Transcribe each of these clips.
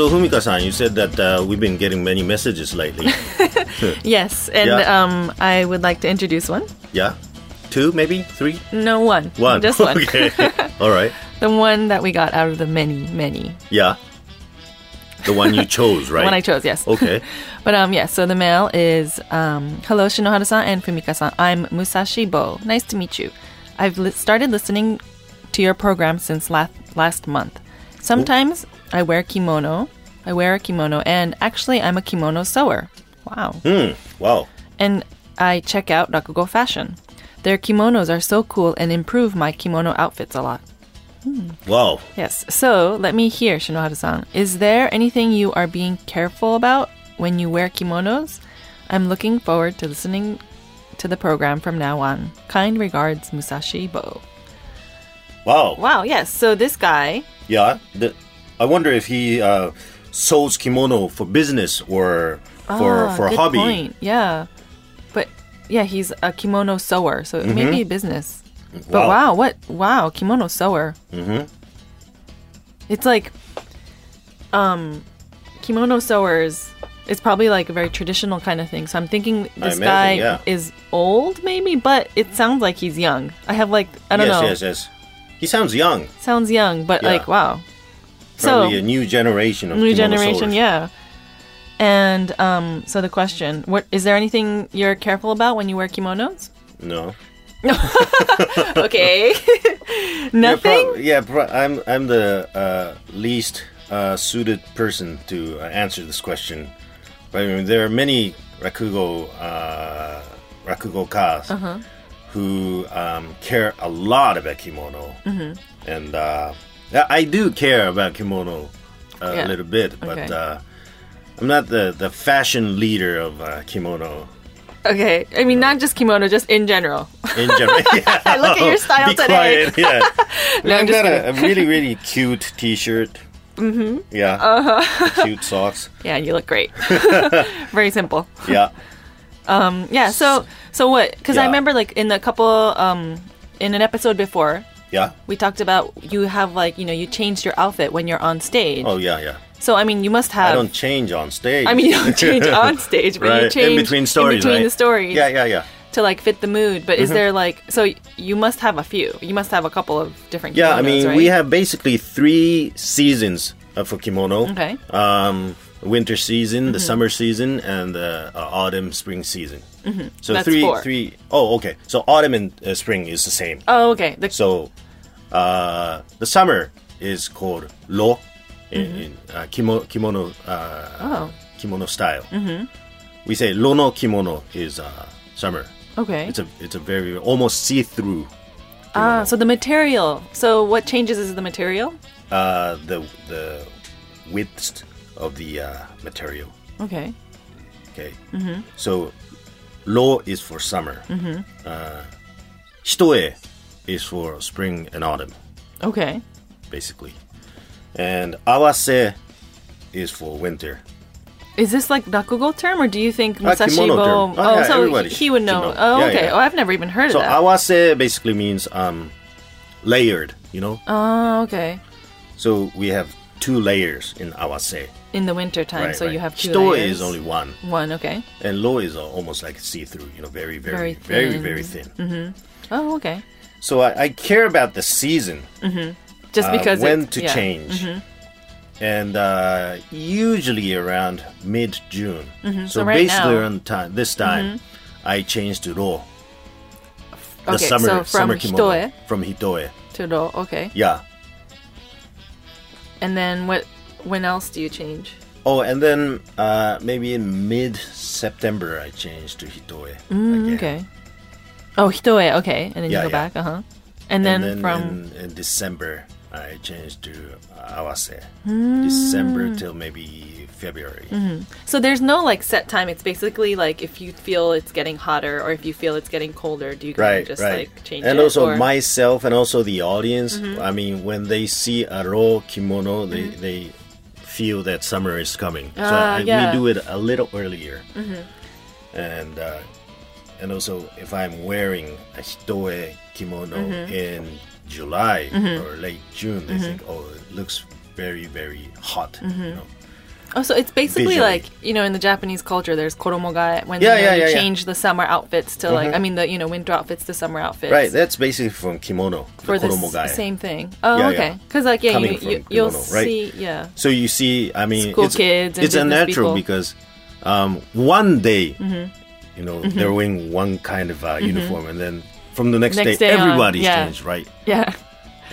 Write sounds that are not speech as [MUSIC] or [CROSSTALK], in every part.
So Humika-san, you said that uh, we've been getting many messages [LAUGHS] lately. Yes, and Yeah. um, I would like to introduce one. yeah, two, maybe three, No, one. one. [LAUGHS] Just [LAUGHS] one. okay. All right. The one that we got out of the many, many. Yeah. The one you [LAUGHS] chose, right? One I chose, yes. Okay. But um, yeah, so the mail is um, Hello, Shinohara san and Fumika san. I'm Musashi Bo. Nice to meet you. I've li- started listening to your program since la- last month. Sometimes I wear kimono. I wear a kimono, and actually, I'm a kimono sewer. Wow. Wow. And I check out Rakugo Fashion. Their kimonos are so cool and improve my kimono outfits a lot. Wow. Yes. So let me hear, Shinohara san. Is there anything you are being careful about when you wear kimonos? I'm looking forward to listening to the program from now on. Kind regards, Musashi Bo. Wow. Wow, yes. So this guy, Yeah. The, I wonder if he uh, sews kimono for business or for Ah, for a good hobby. Point. Yeah. But yeah, he's a kimono sewer, so it may be a business. But Mm-hmm. Wow. wow, what wow, kimono sewer. Mm-hmm. It's like um kimono sewers it's probably like a very traditional kind of thing. So I'm thinking this imagine, guy yeah. is old maybe, but it sounds like he's young. I have like I don't yes, know. yes, yes. He sounds young. Sounds young, but Yeah. like wow. Probably so a new generation of new kimono generation sewers. yeah and um, so the question what is there anything you're careful about when you wear kimonos No. [LAUGHS] okay [LAUGHS] nothing Yeah, prob- yeah pro- I'm I'm the uh, least uh, suited person to uh, answer this question. I mean, there are many rakugo uh, rakugo kas Uh-huh. who um, care a lot about kimono, Mm-hmm. and uh, yeah, I do care about kimono uh, a Yeah. little bit, but Okay. uh, I'm not the the fashion leader of uh, kimono okay i mean not just kimono just in general in general. I look [LAUGHS] at [LAUGHS] your style Be today quiet. [LAUGHS] Yeah. No, I'm I've just got a, a really, [LAUGHS] really cute T-shirt. Mm-hmm. Yeah. Uh-huh. [LAUGHS] Cute socks. yeah you look [LAUGHS] great very simple Yeah. yeah so so what because i Yeah. remember like in a couple um, in an episode before Yeah. we talked about you have like you know you changed your outfit when you're on stage Oh yeah, yeah. so i mean you must have I don't change on stage. I mean, [LAUGHS] you don't change on stage, but [LAUGHS] right. you change in between stories. between right? Mm-hmm. the stories Yeah, yeah, yeah. to like fit the mood. But is there like so y- you must have a few? You must have a couple of different. Yeah, I kimonos, mean, right? we have basically three seasons uh, for kimono. Okay. Mm-hmm. Um, winter season, the summer season, and the uh, autumn, spring season. Mm-hmm. So That's three, four. three oh okay. So autumn and uh, spring is the same. Oh, okay. The, So, uh, the summer is called lo in, in uh, kimo, kimono uh, Oh. kimono style. We say lo no kimono is uh, summer. okay. It's a it's a very almost see through ah, so the material. So what changes is the material? uh, the the width of the uh, material. Okay. Okay, so lo is for summer. Uh, hitoe is for spring and autumn. Okay. basically. And awase is for [LAUGHS] winter. Is this like rakugo term, or do you think Musashi Ah, kimono Bo? term. Oh, yeah, so everybody he, he would should know. know. Oh, Yeah, okay. yeah. Oh, I've never even heard So of that. awase basically means um, layered, you know? oh, okay. so we have two layers in awase. In the winter time, so you have two Hitoe layers. is only one, one. Okay. and lo is al- almost like see through, you know, very, very, Very very, thin. very thin. Oh, okay. So I, I care about the season, Just uh, because when it, to yeah. Mm-hmm. change. And uh, usually around mid June. So, Mm-hmm. So right basically now- around Mm-hmm. time, this time, I changed to lo. the Okay, summer so from summer kimono Hitoe from Hitoe. to ro. Okay. Yeah. And then what? When else do you change? Oh, and then uh, maybe in mid September I changed to Hitoe. again. Mm, Okay. Oh, hitoe. Okay, and then Yeah, you go yeah. back. Uh huh. And then, And then from in, in December I changed to uh, awase. Mm. December till maybe February. so there's no like set time. It's basically like if you feel it's getting hotter or if you feel it's getting colder, do you kinda Right, just right. like change and it? also or- Mm-hmm. myself and also the audience. I mean, when they see a raw kimono, they they feel that summer is coming. so Ah, I, yeah. Mm-hmm. we do it a little earlier. And uh, and also if I'm wearing a hitoe kimono Mm-hmm. in Mm-hmm. July or late June, they think, oh, it looks very very hot. You know? Oh, so it's basically Visually. like you know in the Japanese culture, there's koromoga when Yeah, you, know, yeah, you yeah, yeah. change the summer outfits to like I mean the you know winter outfits to summer outfits. Right, that's basically from kimono, the for the koromogai. s- same thing. Oh, Yeah, okay. yeah. Because like yeah, Coming you, from you you'll kimono, right? see yeah. So you see, I mean, School it's, kids and it's unnatural business people. because um, one day, Mm-hmm. you know, they're wearing one kind of uh, uniform, and then from the next, Next day, day on, everybody's yeah. changed, right? Yeah.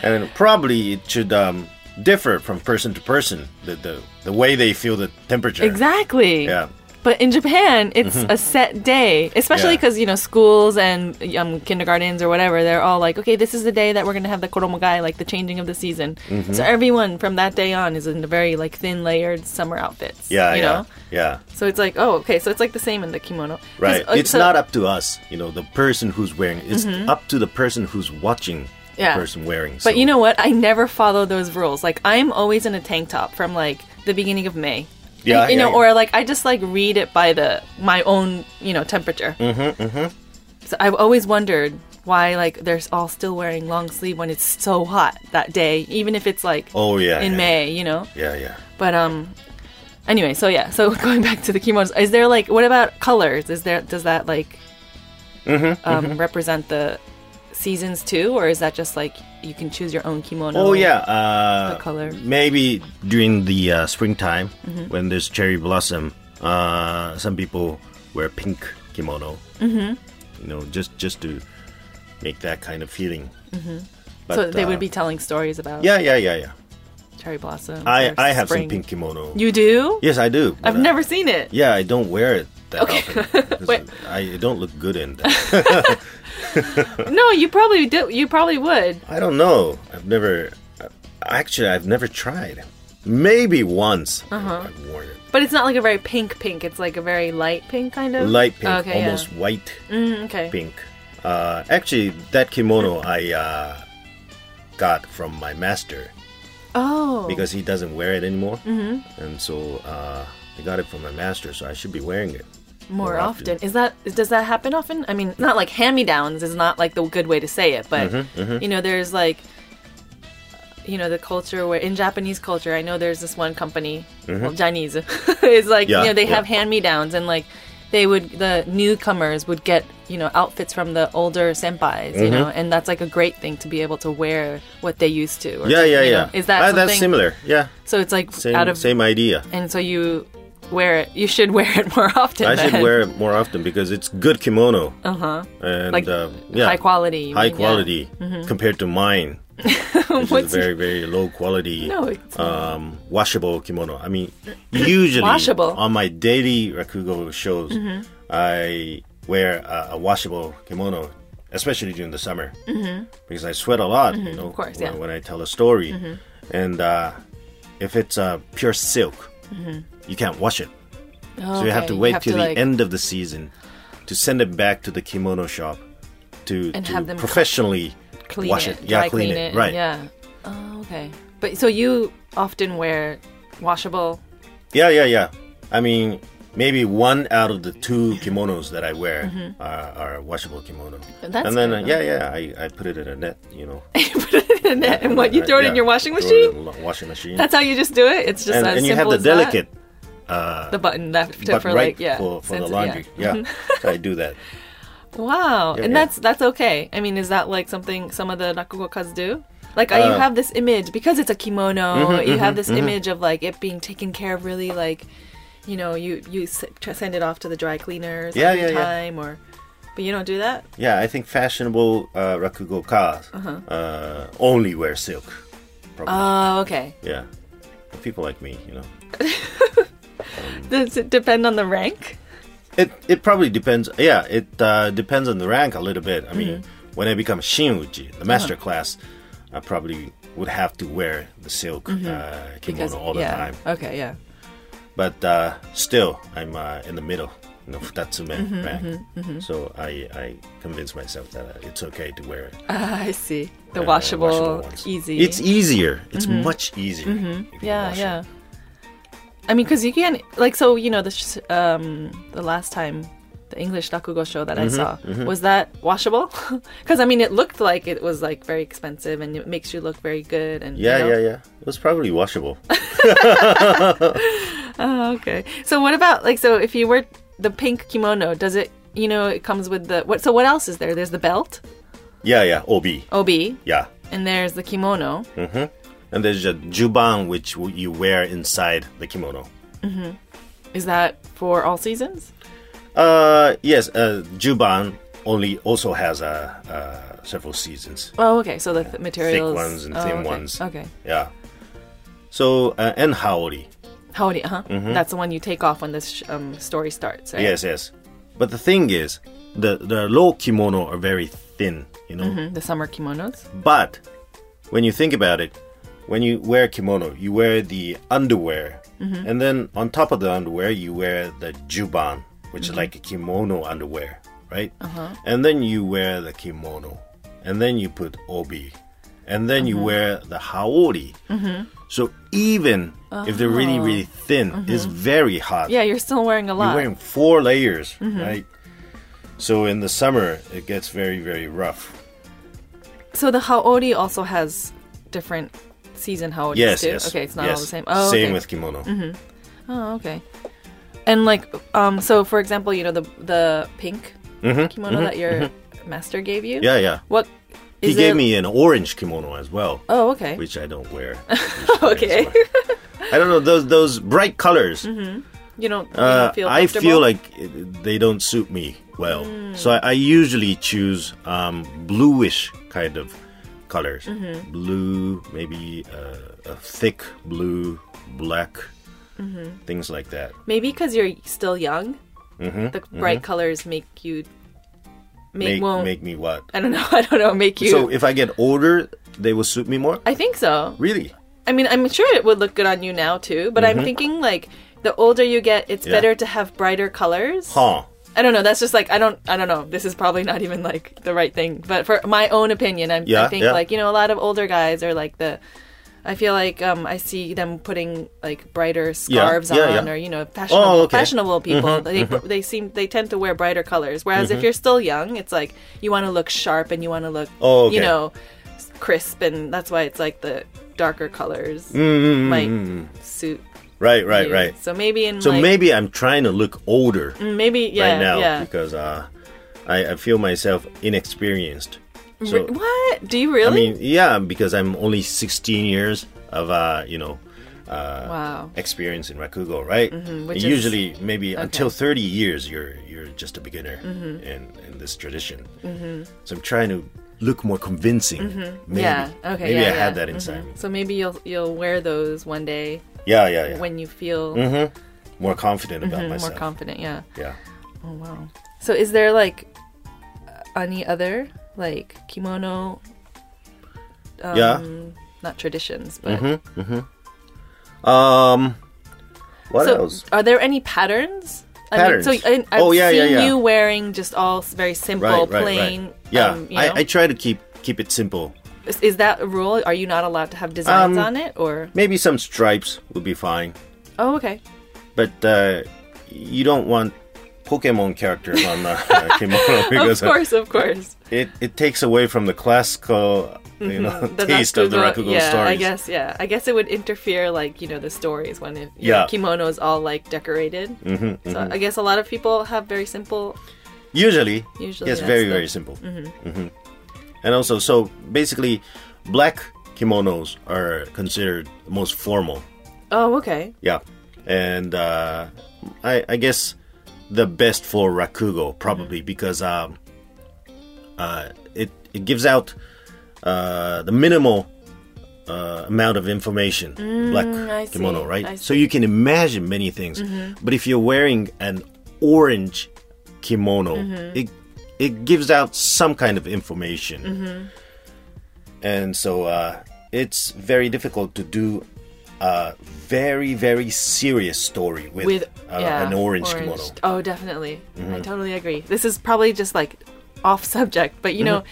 And then probably it should um, differ from person to person, the, the the way they feel the temperature. Exactly. Yeah. Mm-hmm. But in Japan, it's a set day, especially Yeah. because you know schools and um, kindergartens or whatever. They're all like, okay, this is the day that we're gonna have the koromogai, like the changing of the season. Mm-hmm. So everyone from that day on is in a very like thin layered summer outfits. Yeah, you yeah, know. yeah. So it's like, oh, okay, so it's like the same in the kimono. 'Cause, Right. uh, it's so- not up to us, you know, the person who's wearing. It's up to the person who's watching Mm-hmm. Yeah. the person wearing. But you know what? I never follow those rules. Like I'm always in a tank top from like the beginning of May. Yeah, And, you yeah, know, yeah. or like I just like read it by the my own you know temperature. Mm-hmm. Mm-hmm. So I've always wondered why like they're all still wearing long sleeve when it's so hot that day, even if it's like Oh yeah. in yeah, May, you know. Yeah, yeah. But um, anyway, so yeah, so [LAUGHS] going back to the kimonos, is there like what about colors? Is there does that like Mm-hmm, um, represent the seasons too, or is that just like you can choose your own kimono? Oh yeah, uh, The color. Maybe during the uh, springtime Mm-hmm. when there's cherry blossom, uh, some people wear pink kimono. Mm-hmm. You know, just just to make that kind of feeling. Mm-hmm. But, so they uh, would be telling stories about Yeah, yeah, yeah, yeah. cherry blossom. I or I have spring. some pink kimono. You do? yes, I do. but, I've uh, never seen it. Yeah, I don't wear it that Okay. often. [LAUGHS] 'cause Wait. I it don't look good in that. No, you probably do. You probably would. I don't know. I've never. uh, Actually, I've never tried. Maybe once Uh-huh. I've worn it. But it's not like a very pink pink. It's like a very light pink kind of light pink, Okay, yeah. almost white Mm, okay. pink. Uh, actually, that kimono I uh, got from my master Oh. because he doesn't wear it anymore, mm-hmm. and so uh, I got it from my master. So I should be wearing it more more, often. often. Is that does that happen often? I mean, not like hand me downs is not like the good way to say it, but Mm-hmm, you know, there's like you know the culture where in Japanese culture, I know there's this one company, well Chinese, [LAUGHS] is like Mm-hmm. Yeah, you know they yeah. have hand me downs and like they would the newcomers would get you know outfits from the older senpais, you know, and that's like a great thing to be able to wear what they used to. or Mm-hmm. Yeah, something, yeah, you yeah. know. Is that Ah, something? that's similar? Yeah, So it's like same out of same idea. and so you wear it. You should [LAUGHS] wear it more often. I should then. wear it more often because it's good kimono. Uh huh. And Uh-huh. Like, uh, yeah, high quality. you high mean, yeah. quality Mm-hmm. compared to [LAUGHS] mine, which What's- is very very low quality. No, it's um, washable kimono. I mean, usually Washable. Mm-hmm. on my daily rakugo shows, I wear a, a washable kimono, especially during the summer, mm-hmm. because I sweat a lot. you know, Mm-hmm. of course, when, yeah. Mm-hmm. when I tell a story, and uh, if it's uh, pure silk, you can't wash it, so you have Mm-hmm. Okay, to wait till like- the end of the season to send it back to the kimono shop to, And to have them professionally clean wash it, it. Yeah, dry clean, it. Right. Yeah. Oh, okay. But so you often wear washable. [LAUGHS] Yeah, yeah, yeah. I mean, maybe one out of the two kimonos that I wear are, are washable kimono. Mm-hmm. That's and then, good, uh, yeah, yeah, I, I put it in a net, you know. Uh, you put it in a net, [LAUGHS] and what you throw it Yeah, in your washing throw it machine. in the washing machine. That's how you just do it. It's just and, as and you have the simple as that. delicate, The button left but for right like yeah for, for the sensitive- laundry. yeah. Yeah, [LAUGHS] so I do that. Wow, and yeah. that's that's okay. I mean, is that like something some of the nakugokas do? Like uh, you have this image because it's a kimono. Mm-hmm, you have this image of like it being taken care of really like, you know, you you s- tr- send it off to the dry cleaners Yeah, every yeah, yeah. time or, but you don't do that. Yeah, I think fashionable uh, rakugo cars Uh-huh. uh, only wear silk. Probably. Oh, okay. yeah, For people like me, you know. Does it depend on the rank? It it probably depends. Yeah, it uh, depends on the rank a little bit. I mean, Mm-hmm. when I become Uh-huh. Shinuji, the master class, I probably would have to wear the silk uh, kimono all the Mm-hmm. yeah. time. Okay, yeah. [LAUGHS] But uh, still, I'm uh, in the middle, you know, futatsume Mm-hmm, rank. So I I convince myself that uh, it's okay to wear it. Ah, I see. The uh, washable, ones. easy. It's easier. It's much easier. if you Mm-hmm. Yeah, wash it. yeah. I mean, because you can like so you know the sh- um the last time the English rakugo show that Mm-hmm, I saw was that washable? [LAUGHS] Because I mean, it looked like it was like very expensive and it makes you look very good and you Yeah, know? [LAUGHS] yeah, yeah. It was probably washable. Oh, okay. So what about like so if you wear the pink kimono, does it you know it comes with the what so what else is there? There's the belt, Yeah, yeah, obi. OB, Yeah. and there's the kimono. Hmm. And there's a juban, which w- you wear inside the kimono. Is that for all seasons? Uh, yes, uh, juban only also has uh, uh, several seasons. Oh, okay. So the th- materials ones and oh, thin okay. ones. Okay. Yeah. So, uh, and haori. Howdy, huh? That's the one you take off when this sh- um, story starts, right? Mm-hmm. Yes, yes. But the thing is, the, the low kimono are very thin, you know? Mhm, The summer kimonos. But when you think about it, when you wear kimono, you wear the underwear, Mm-hmm. and then on top of the underwear, you wear the juban, which Mm-hmm. is like a kimono underwear, right? Uh-huh. And then you wear the kimono, and then you put obi, and then Uh-huh. you wear the haori. Mm-hmm. So even if they're really, really thin, it's very hot. Uh-huh. Mm-hmm. Yeah, you're still wearing a lot. Mm-hmm. You're wearing four layers, right? So in the summer, it gets very, very rough. So the haori also has different season haoris Yes, too. yes. Okay, it's not yes. all the same. Oh, same okay. with kimono. Oh, okay. And like, um, so for example, you know the the pink kimono that your master gave you. Mm-hmm. Yeah, yeah. What He is gave it- me an orange kimono as well, Oh, okay. which I don't [LAUGHS] wear. okay. I don't know those those bright colors. you don't. You Uh, don't feel. I feel comfortable? Mm. like it- they don't suit me well, so I, I usually choose um, bluish kind of colors. Mm-hmm. Blue, maybe uh, a thick blue, black, Mm-hmm. things like that. maybe because you're still young, Mm-hmm. the bright colors make you make, Make won't. make me what? I don't know. [LAUGHS] I don't know. Make you. So if I get older, they will suit me more. I think so. Really? I mean, I'm sure it would look good on you now too, but I'm thinking like the older you get, it's Yeah. better to have brighter colors. Huh? I don't know. That's just like I don't. I don't know. This is probably not even like the right thing. But for my own opinion, I'm, I Yeah, think yeah. like you know a lot of older guys are like the. I feel like um, I see them putting like brighter scarves yeah, on, yeah. or you know, fashionable, Oh, okay. mm-hmm. fashionable people. They they seem they tend to wear brighter colors. Whereas if you're still young, it's like you want to look sharp and you want to look, Oh, okay. you know, s- crisp, and that's why it's like the darker Mm, colors might suit. Right, mm. right, you. right. So maybe in So like, maybe I'm trying to look older maybe yeah right now yeah. because uh, I, I feel myself inexperienced. Re- So what do you I really? mean, yeah, because I'm only 16 years of uh, you know uh, Wow. Mm-hmm, experience in rakugo, right? which And is- Usually, maybe until 30 years, you're you're just a beginner Mm-hmm. in in this tradition. So I'm trying to look more convincing. Maybe. Mm-hmm. Yeah. Okay. Maybe yeah, Mm-hmm. I had yeah. that inside me. So maybe you'll you'll wear those one day Yeah, yeah, yeah. when you feel more confident about more myself. confident. Yeah. yeah. Oh wow. So is there like any other like kimono? Um, Yeah. Mm-hmm. Not traditions, but Um. What so else? are there any patterns? I mean, Patterns. so I, I've Oh, yeah, seen yeah, yeah. you wearing just all s- very simple, right, right, plain. right. Yeah, um, you I, know? I try to keep keep it simple. Is- is that a rule? Are you not allowed to have designs Um, on it, or? Maybe some stripes would be fine, Oh, okay. but uh, you don't want Pokemon characters on [LAUGHS] the uh, [LAUGHS] kimono Of because course, of course. it it takes away from the classical you know Mm-hmm. the [LAUGHS] taste of the rakugo yeah, stories. I guess, yeah. I guess it would interfere, like, you know, the stories when it, Yeah. yeah. kimono's all, like, decorated. Mm-hmm, so I guess a lot of people have very simple. Usually, Usually yes, that's very the- very simple. Mm-hmm. And also, so basically, black kimonos are considered the most formal. Oh, okay. Yeah, and uh, I, I guess the best for rakugo probably because um, uh, it it gives out uh, the minimal uh, amount of information. Mm, I black see, Mm-hmm. kimono, right? I So you can imagine many things, but if you're wearing an orange kimono, Mm-hmm. it it gives out some kind of information, and so uh, it's very difficult to do a very very serious story with, With, uh, yeah, an orange, Mm-hmm. kimono. Oh, definitely. I totally agree. This is probably just, like, off subject, but, you know,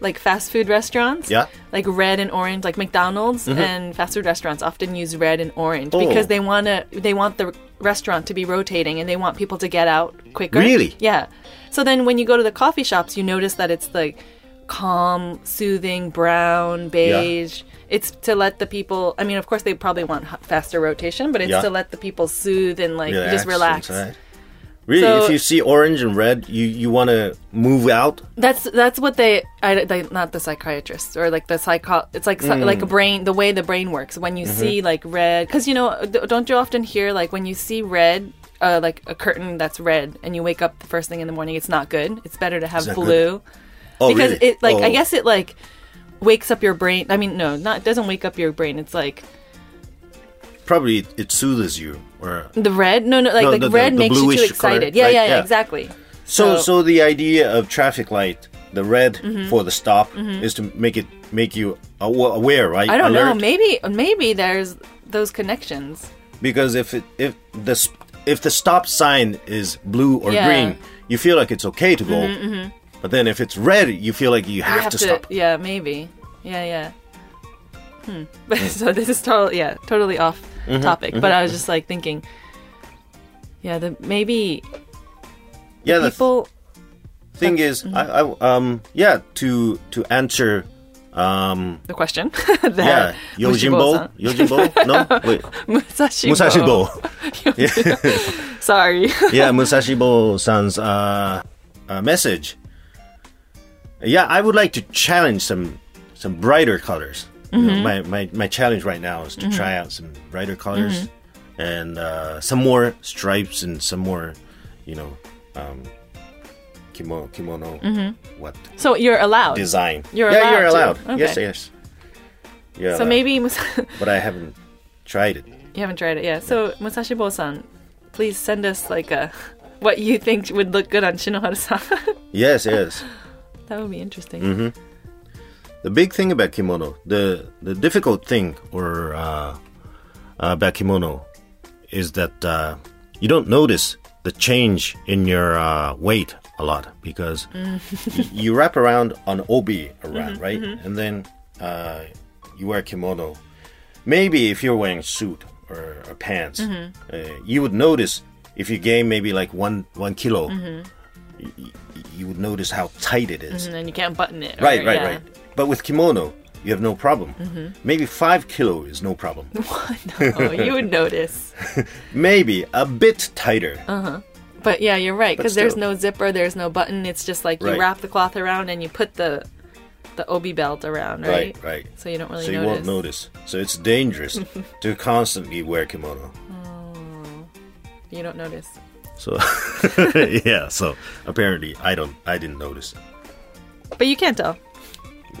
like, fast food restaurants. Mm-hmm. Yeah. Mm-hmm. Like, red and orange, like McDonald's and fast food restaurants often use red and orange Oh. because they want to, they want the restaurant to be rotating and they want people to get out quicker. Really? Yeah. So then when you go to the coffee shops, you notice that it's like calm, soothing brown, beige. It's to let the people. I mean, of course, they probably want h- faster rotation, but it's Yeah. to let the people soothe and like Relax just relax. inside. Really, So- if you see orange and red, you, you want to move out. That's that's what they, I, they not the psychiatrists or like the psycho. It's like psy- Mm. like a brain, the way the brain works. When you see Mm-hmm. like red, because you know, d- don't you often hear like when you see red, uh, like a curtain that's red, and you wake up the first thing in the morning, it's not good. It's better to have not good. blue Oh, because really? it like I Oh. guess it like wakes up your brain. I mean, no, not it doesn't wake up your brain. It's like probably it, it soothes you. Or the red. No, no, like No, like the- the- red the makes you too bluish color, excited. yeah, right? yeah, yeah, Yeah. exactly. so, So- Mm-hmm. so the idea of traffic light, the red for the stop, is to make it make you aw- aware, right? I don't know. Alert. Maybe maybe there's those connections. because if it if the s- if the stop sign is blue or Yeah. green, you feel like it's okay to go. But then if it's red, you feel like Mm-hmm, you have, You to, stop. Yeah, maybe. Yeah, yeah. Hmm. [LAUGHS] But so this is total. Yeah, totally off Mm-hmm, topic. But I was just like thinking. Yeah, the maybe Yeah, the people. thing is, I, I um yeah to to answer um The question. [LAUGHS] yeah [LAUGHS] that Yojimbo Mushibo-san- Yojimbo no [LAUGHS] wait [LAUGHS] Musashi. Musashibo Sorry. [LAUGHS] yeah Musashibo san's uh, uh, message. Yeah, I would like to challenge some some brighter colors. You Mm-hmm. know, my, my my challenge right now is to try out some brighter colors Mm-hmm. and uh, some more stripes and some more, you know, um, kimono kimono what so you're allowed. design. Mm-hmm. You're yeah, you're allowed allowed. to. Yes, Okay. yes. Yeah. So maybe Mus- [LAUGHS] but I haven't tried it. you haven't tried it yet. So Musashi Bo-san, please send us like a [LAUGHS] what you think would look good on Shinohara-san. [LAUGHS] Yes, yes. that would be interesting. Mm-hmm. The big thing about kimono, the the difficult thing or uh, about kimono, is that uh, you don't notice the change in your uh, weight a lot because y- [LAUGHS] you wrap around on obi around right, and then uh, you wear kimono. Maybe if you're wearing suit or, or pants, uh, you would notice if you gain maybe like one one kilo. y- y- You would notice how tight it is. And then you can't button it. or- Right, right, yeah. [LAUGHS] Mm-hmm. right. But with kimono, you have no problem. Maybe five kilo is no problem. [LAUGHS] Oh, you would notice. Maybe a bit tighter. Oh, But yeah, you're right because there's still. no zipper, there's no button. It's just like you Right. wrap the cloth around and you put the the obi belt around, right? right, right. So you don't really So you notice. won't notice. So it's [LAUGHS] dangerous to constantly wear kimono. You don't notice. [LAUGHS] So yeah. So apparently, I don't. I didn't notice. But you can't tell.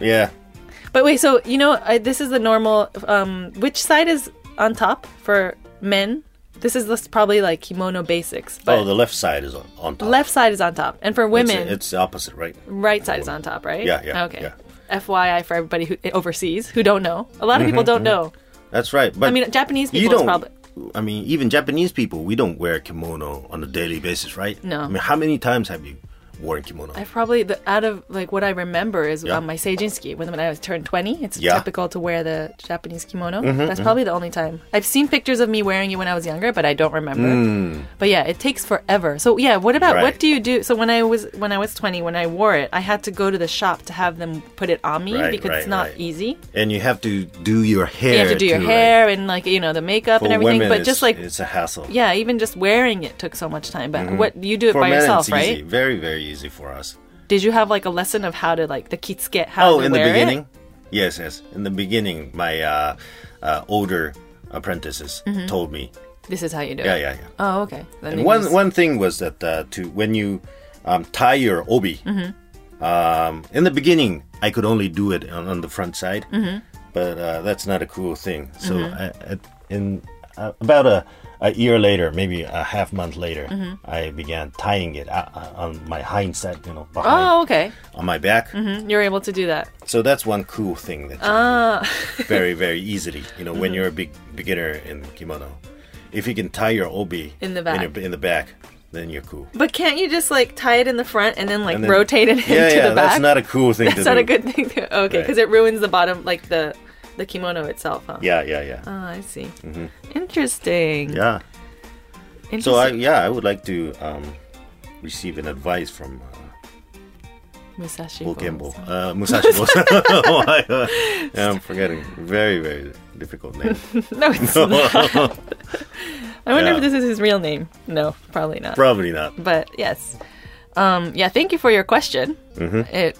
Yeah. oh, But wait, so you know I, this is the normal. Um, which side is on top for men? This is just probably like kimono basics. But oh, the left side is on, on top. left side is on top, and for It's, women, it's the opposite, right? right side is on top, right? Yeah, yeah, Okay. yeah. FYI for everybody who overseas who don't know. A lot of people don't know. That's right. But I mean, Japanese Mm-hmm, you people is don't. probably I mean, even Japanese people, we don't wear kimono on a daily basis, right? No. I mean, how many times have you worn kimono? I've probably the out of like what I remember is Yeah. on my seijinski when when I was turned twenty. It's Yeah. Mm-hmm, typical to wear the Japanese kimono. That's probably the only time I've seen pictures of me wearing it when I was younger, but I don't remember. But yeah, it takes forever. So yeah, what about what Mm. Right. do you do? So when I was when I was twenty, when I wore it, I had to go to the shop to have them put it on me Right, because it's right, not right. easy. and you have to do your hair. You have to do your too, right? hair and like you know the makeup For and everything. women, but just it's- like it's a hassle. yeah, even just wearing it took so much time. But what you do it for by men, yourself, it's right? easy. Very, very easy for us. Did you have like a lesson of how to like the kitsuke? How Oh, to in the wear it? beginning, yes, yes. In the beginning, my uh, uh, older apprentices Mm-hmm. told me, This is how you do yeah, it. yeah, yeah. Oh, okay. Then And you one just- one thing was that uh, to when you um, tie your obi, Mm-hmm. um, in the beginning I could only do it on, on the front side, Mm-hmm. but uh, that's not a cool thing. So I, I, in uh, about a, a year later, maybe a half month later, Mm-hmm. I began tying it uh, uh, on my hindsight, you know, behind Oh, okay. on my back. Mhm. You're able to do that. So that's one cool thing that you Ah! do [LAUGHS] very very easily. You know, when Mm-hmm. you're a big beginner in kimono, if you can tie your obi In the in, back. your, in the back, then you're cool. But can't you just like tie it in the front and then like And then- rotate it [LAUGHS] yeah, into yeah, the back? That's not a cool thing to That's not do. a good thing. To... Okay, Right. because it ruins the bottom, like the the kimono itself. Huh? Yeah, yeah, yeah. Oh, I see. Interesting. yeah. Interesting. So I yeah, I would like to um, receive an advice from uh, Musashi. 冒険 Bo. 坊、uh, Musashi Bo. [LAUGHS] I'm forgetting. Very, very difficult [LAUGHS] name. [LAUGHS] [LAUGHS] No, it's not. I wonder if this is his real name. No, probably not. Probably [LAUGHS] not. but yes. Um, yeah, thank you for your question. Mm-hmm. It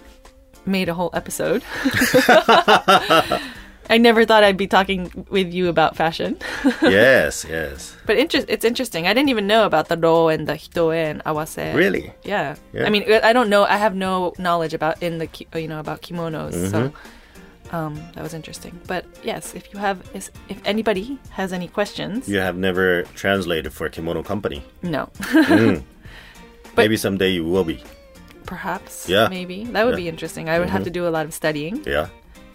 made a whole episode. [LAUGHS] I never thought I'd be talking with you about fashion. [LAUGHS] Yes, yes. But inter- it's interesting. I didn't even know about the ro and the hitoe and awase. Really? Yeah. Yeah. I mean, I don't know. I have no knowledge about in the ki- you know about kimonos. So Mm-hmm. um, that was interesting. But yes, if you have, is- if anybody has any questions, You have never translated for kimono company. [LAUGHS] Hmm. no, Maybe someday you will be. perhaps, Yeah. maybe that would Yeah. Mm-hmm. be interesting. I would have to do a lot of studying. Yeah.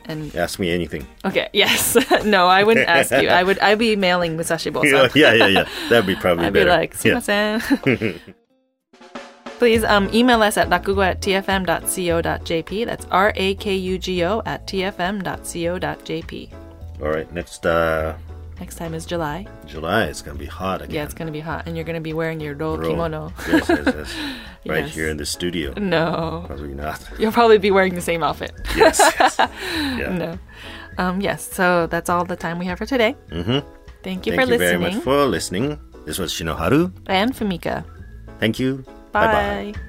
And Ask me [LAUGHS] anything. okay, yes, no, I wouldn't ask you. I would. I'd be mailing Musashi Bosan. [LAUGHS] yeah, yeah, yeah. That'd be probably [LAUGHS] I'd be better. like, yeah. [LAUGHS] "すいません." [LAUGHS] Please um, email us at rakugo at tfm.co.jp. That's R A K U G O at tfm.co.jp. All right. Next uh, Next time is July. July, it's gonna be hot again. Yeah, it's going to be hot, and you're going to be wearing your ro Bro. kimono. [LAUGHS] yes, yes, yes. Right Yes. Mm. here in the studio. No. Probably [LAUGHS] not. You'll probably be wearing the same outfit. Yes. yes. Yeah. No. Um, yes, so that's all the time we have for today. Mm-hmm. Thank you Thank for you very listening. much for listening. This was Shinoharu. and Famika. Thank you. Bye. Bye-bye. bye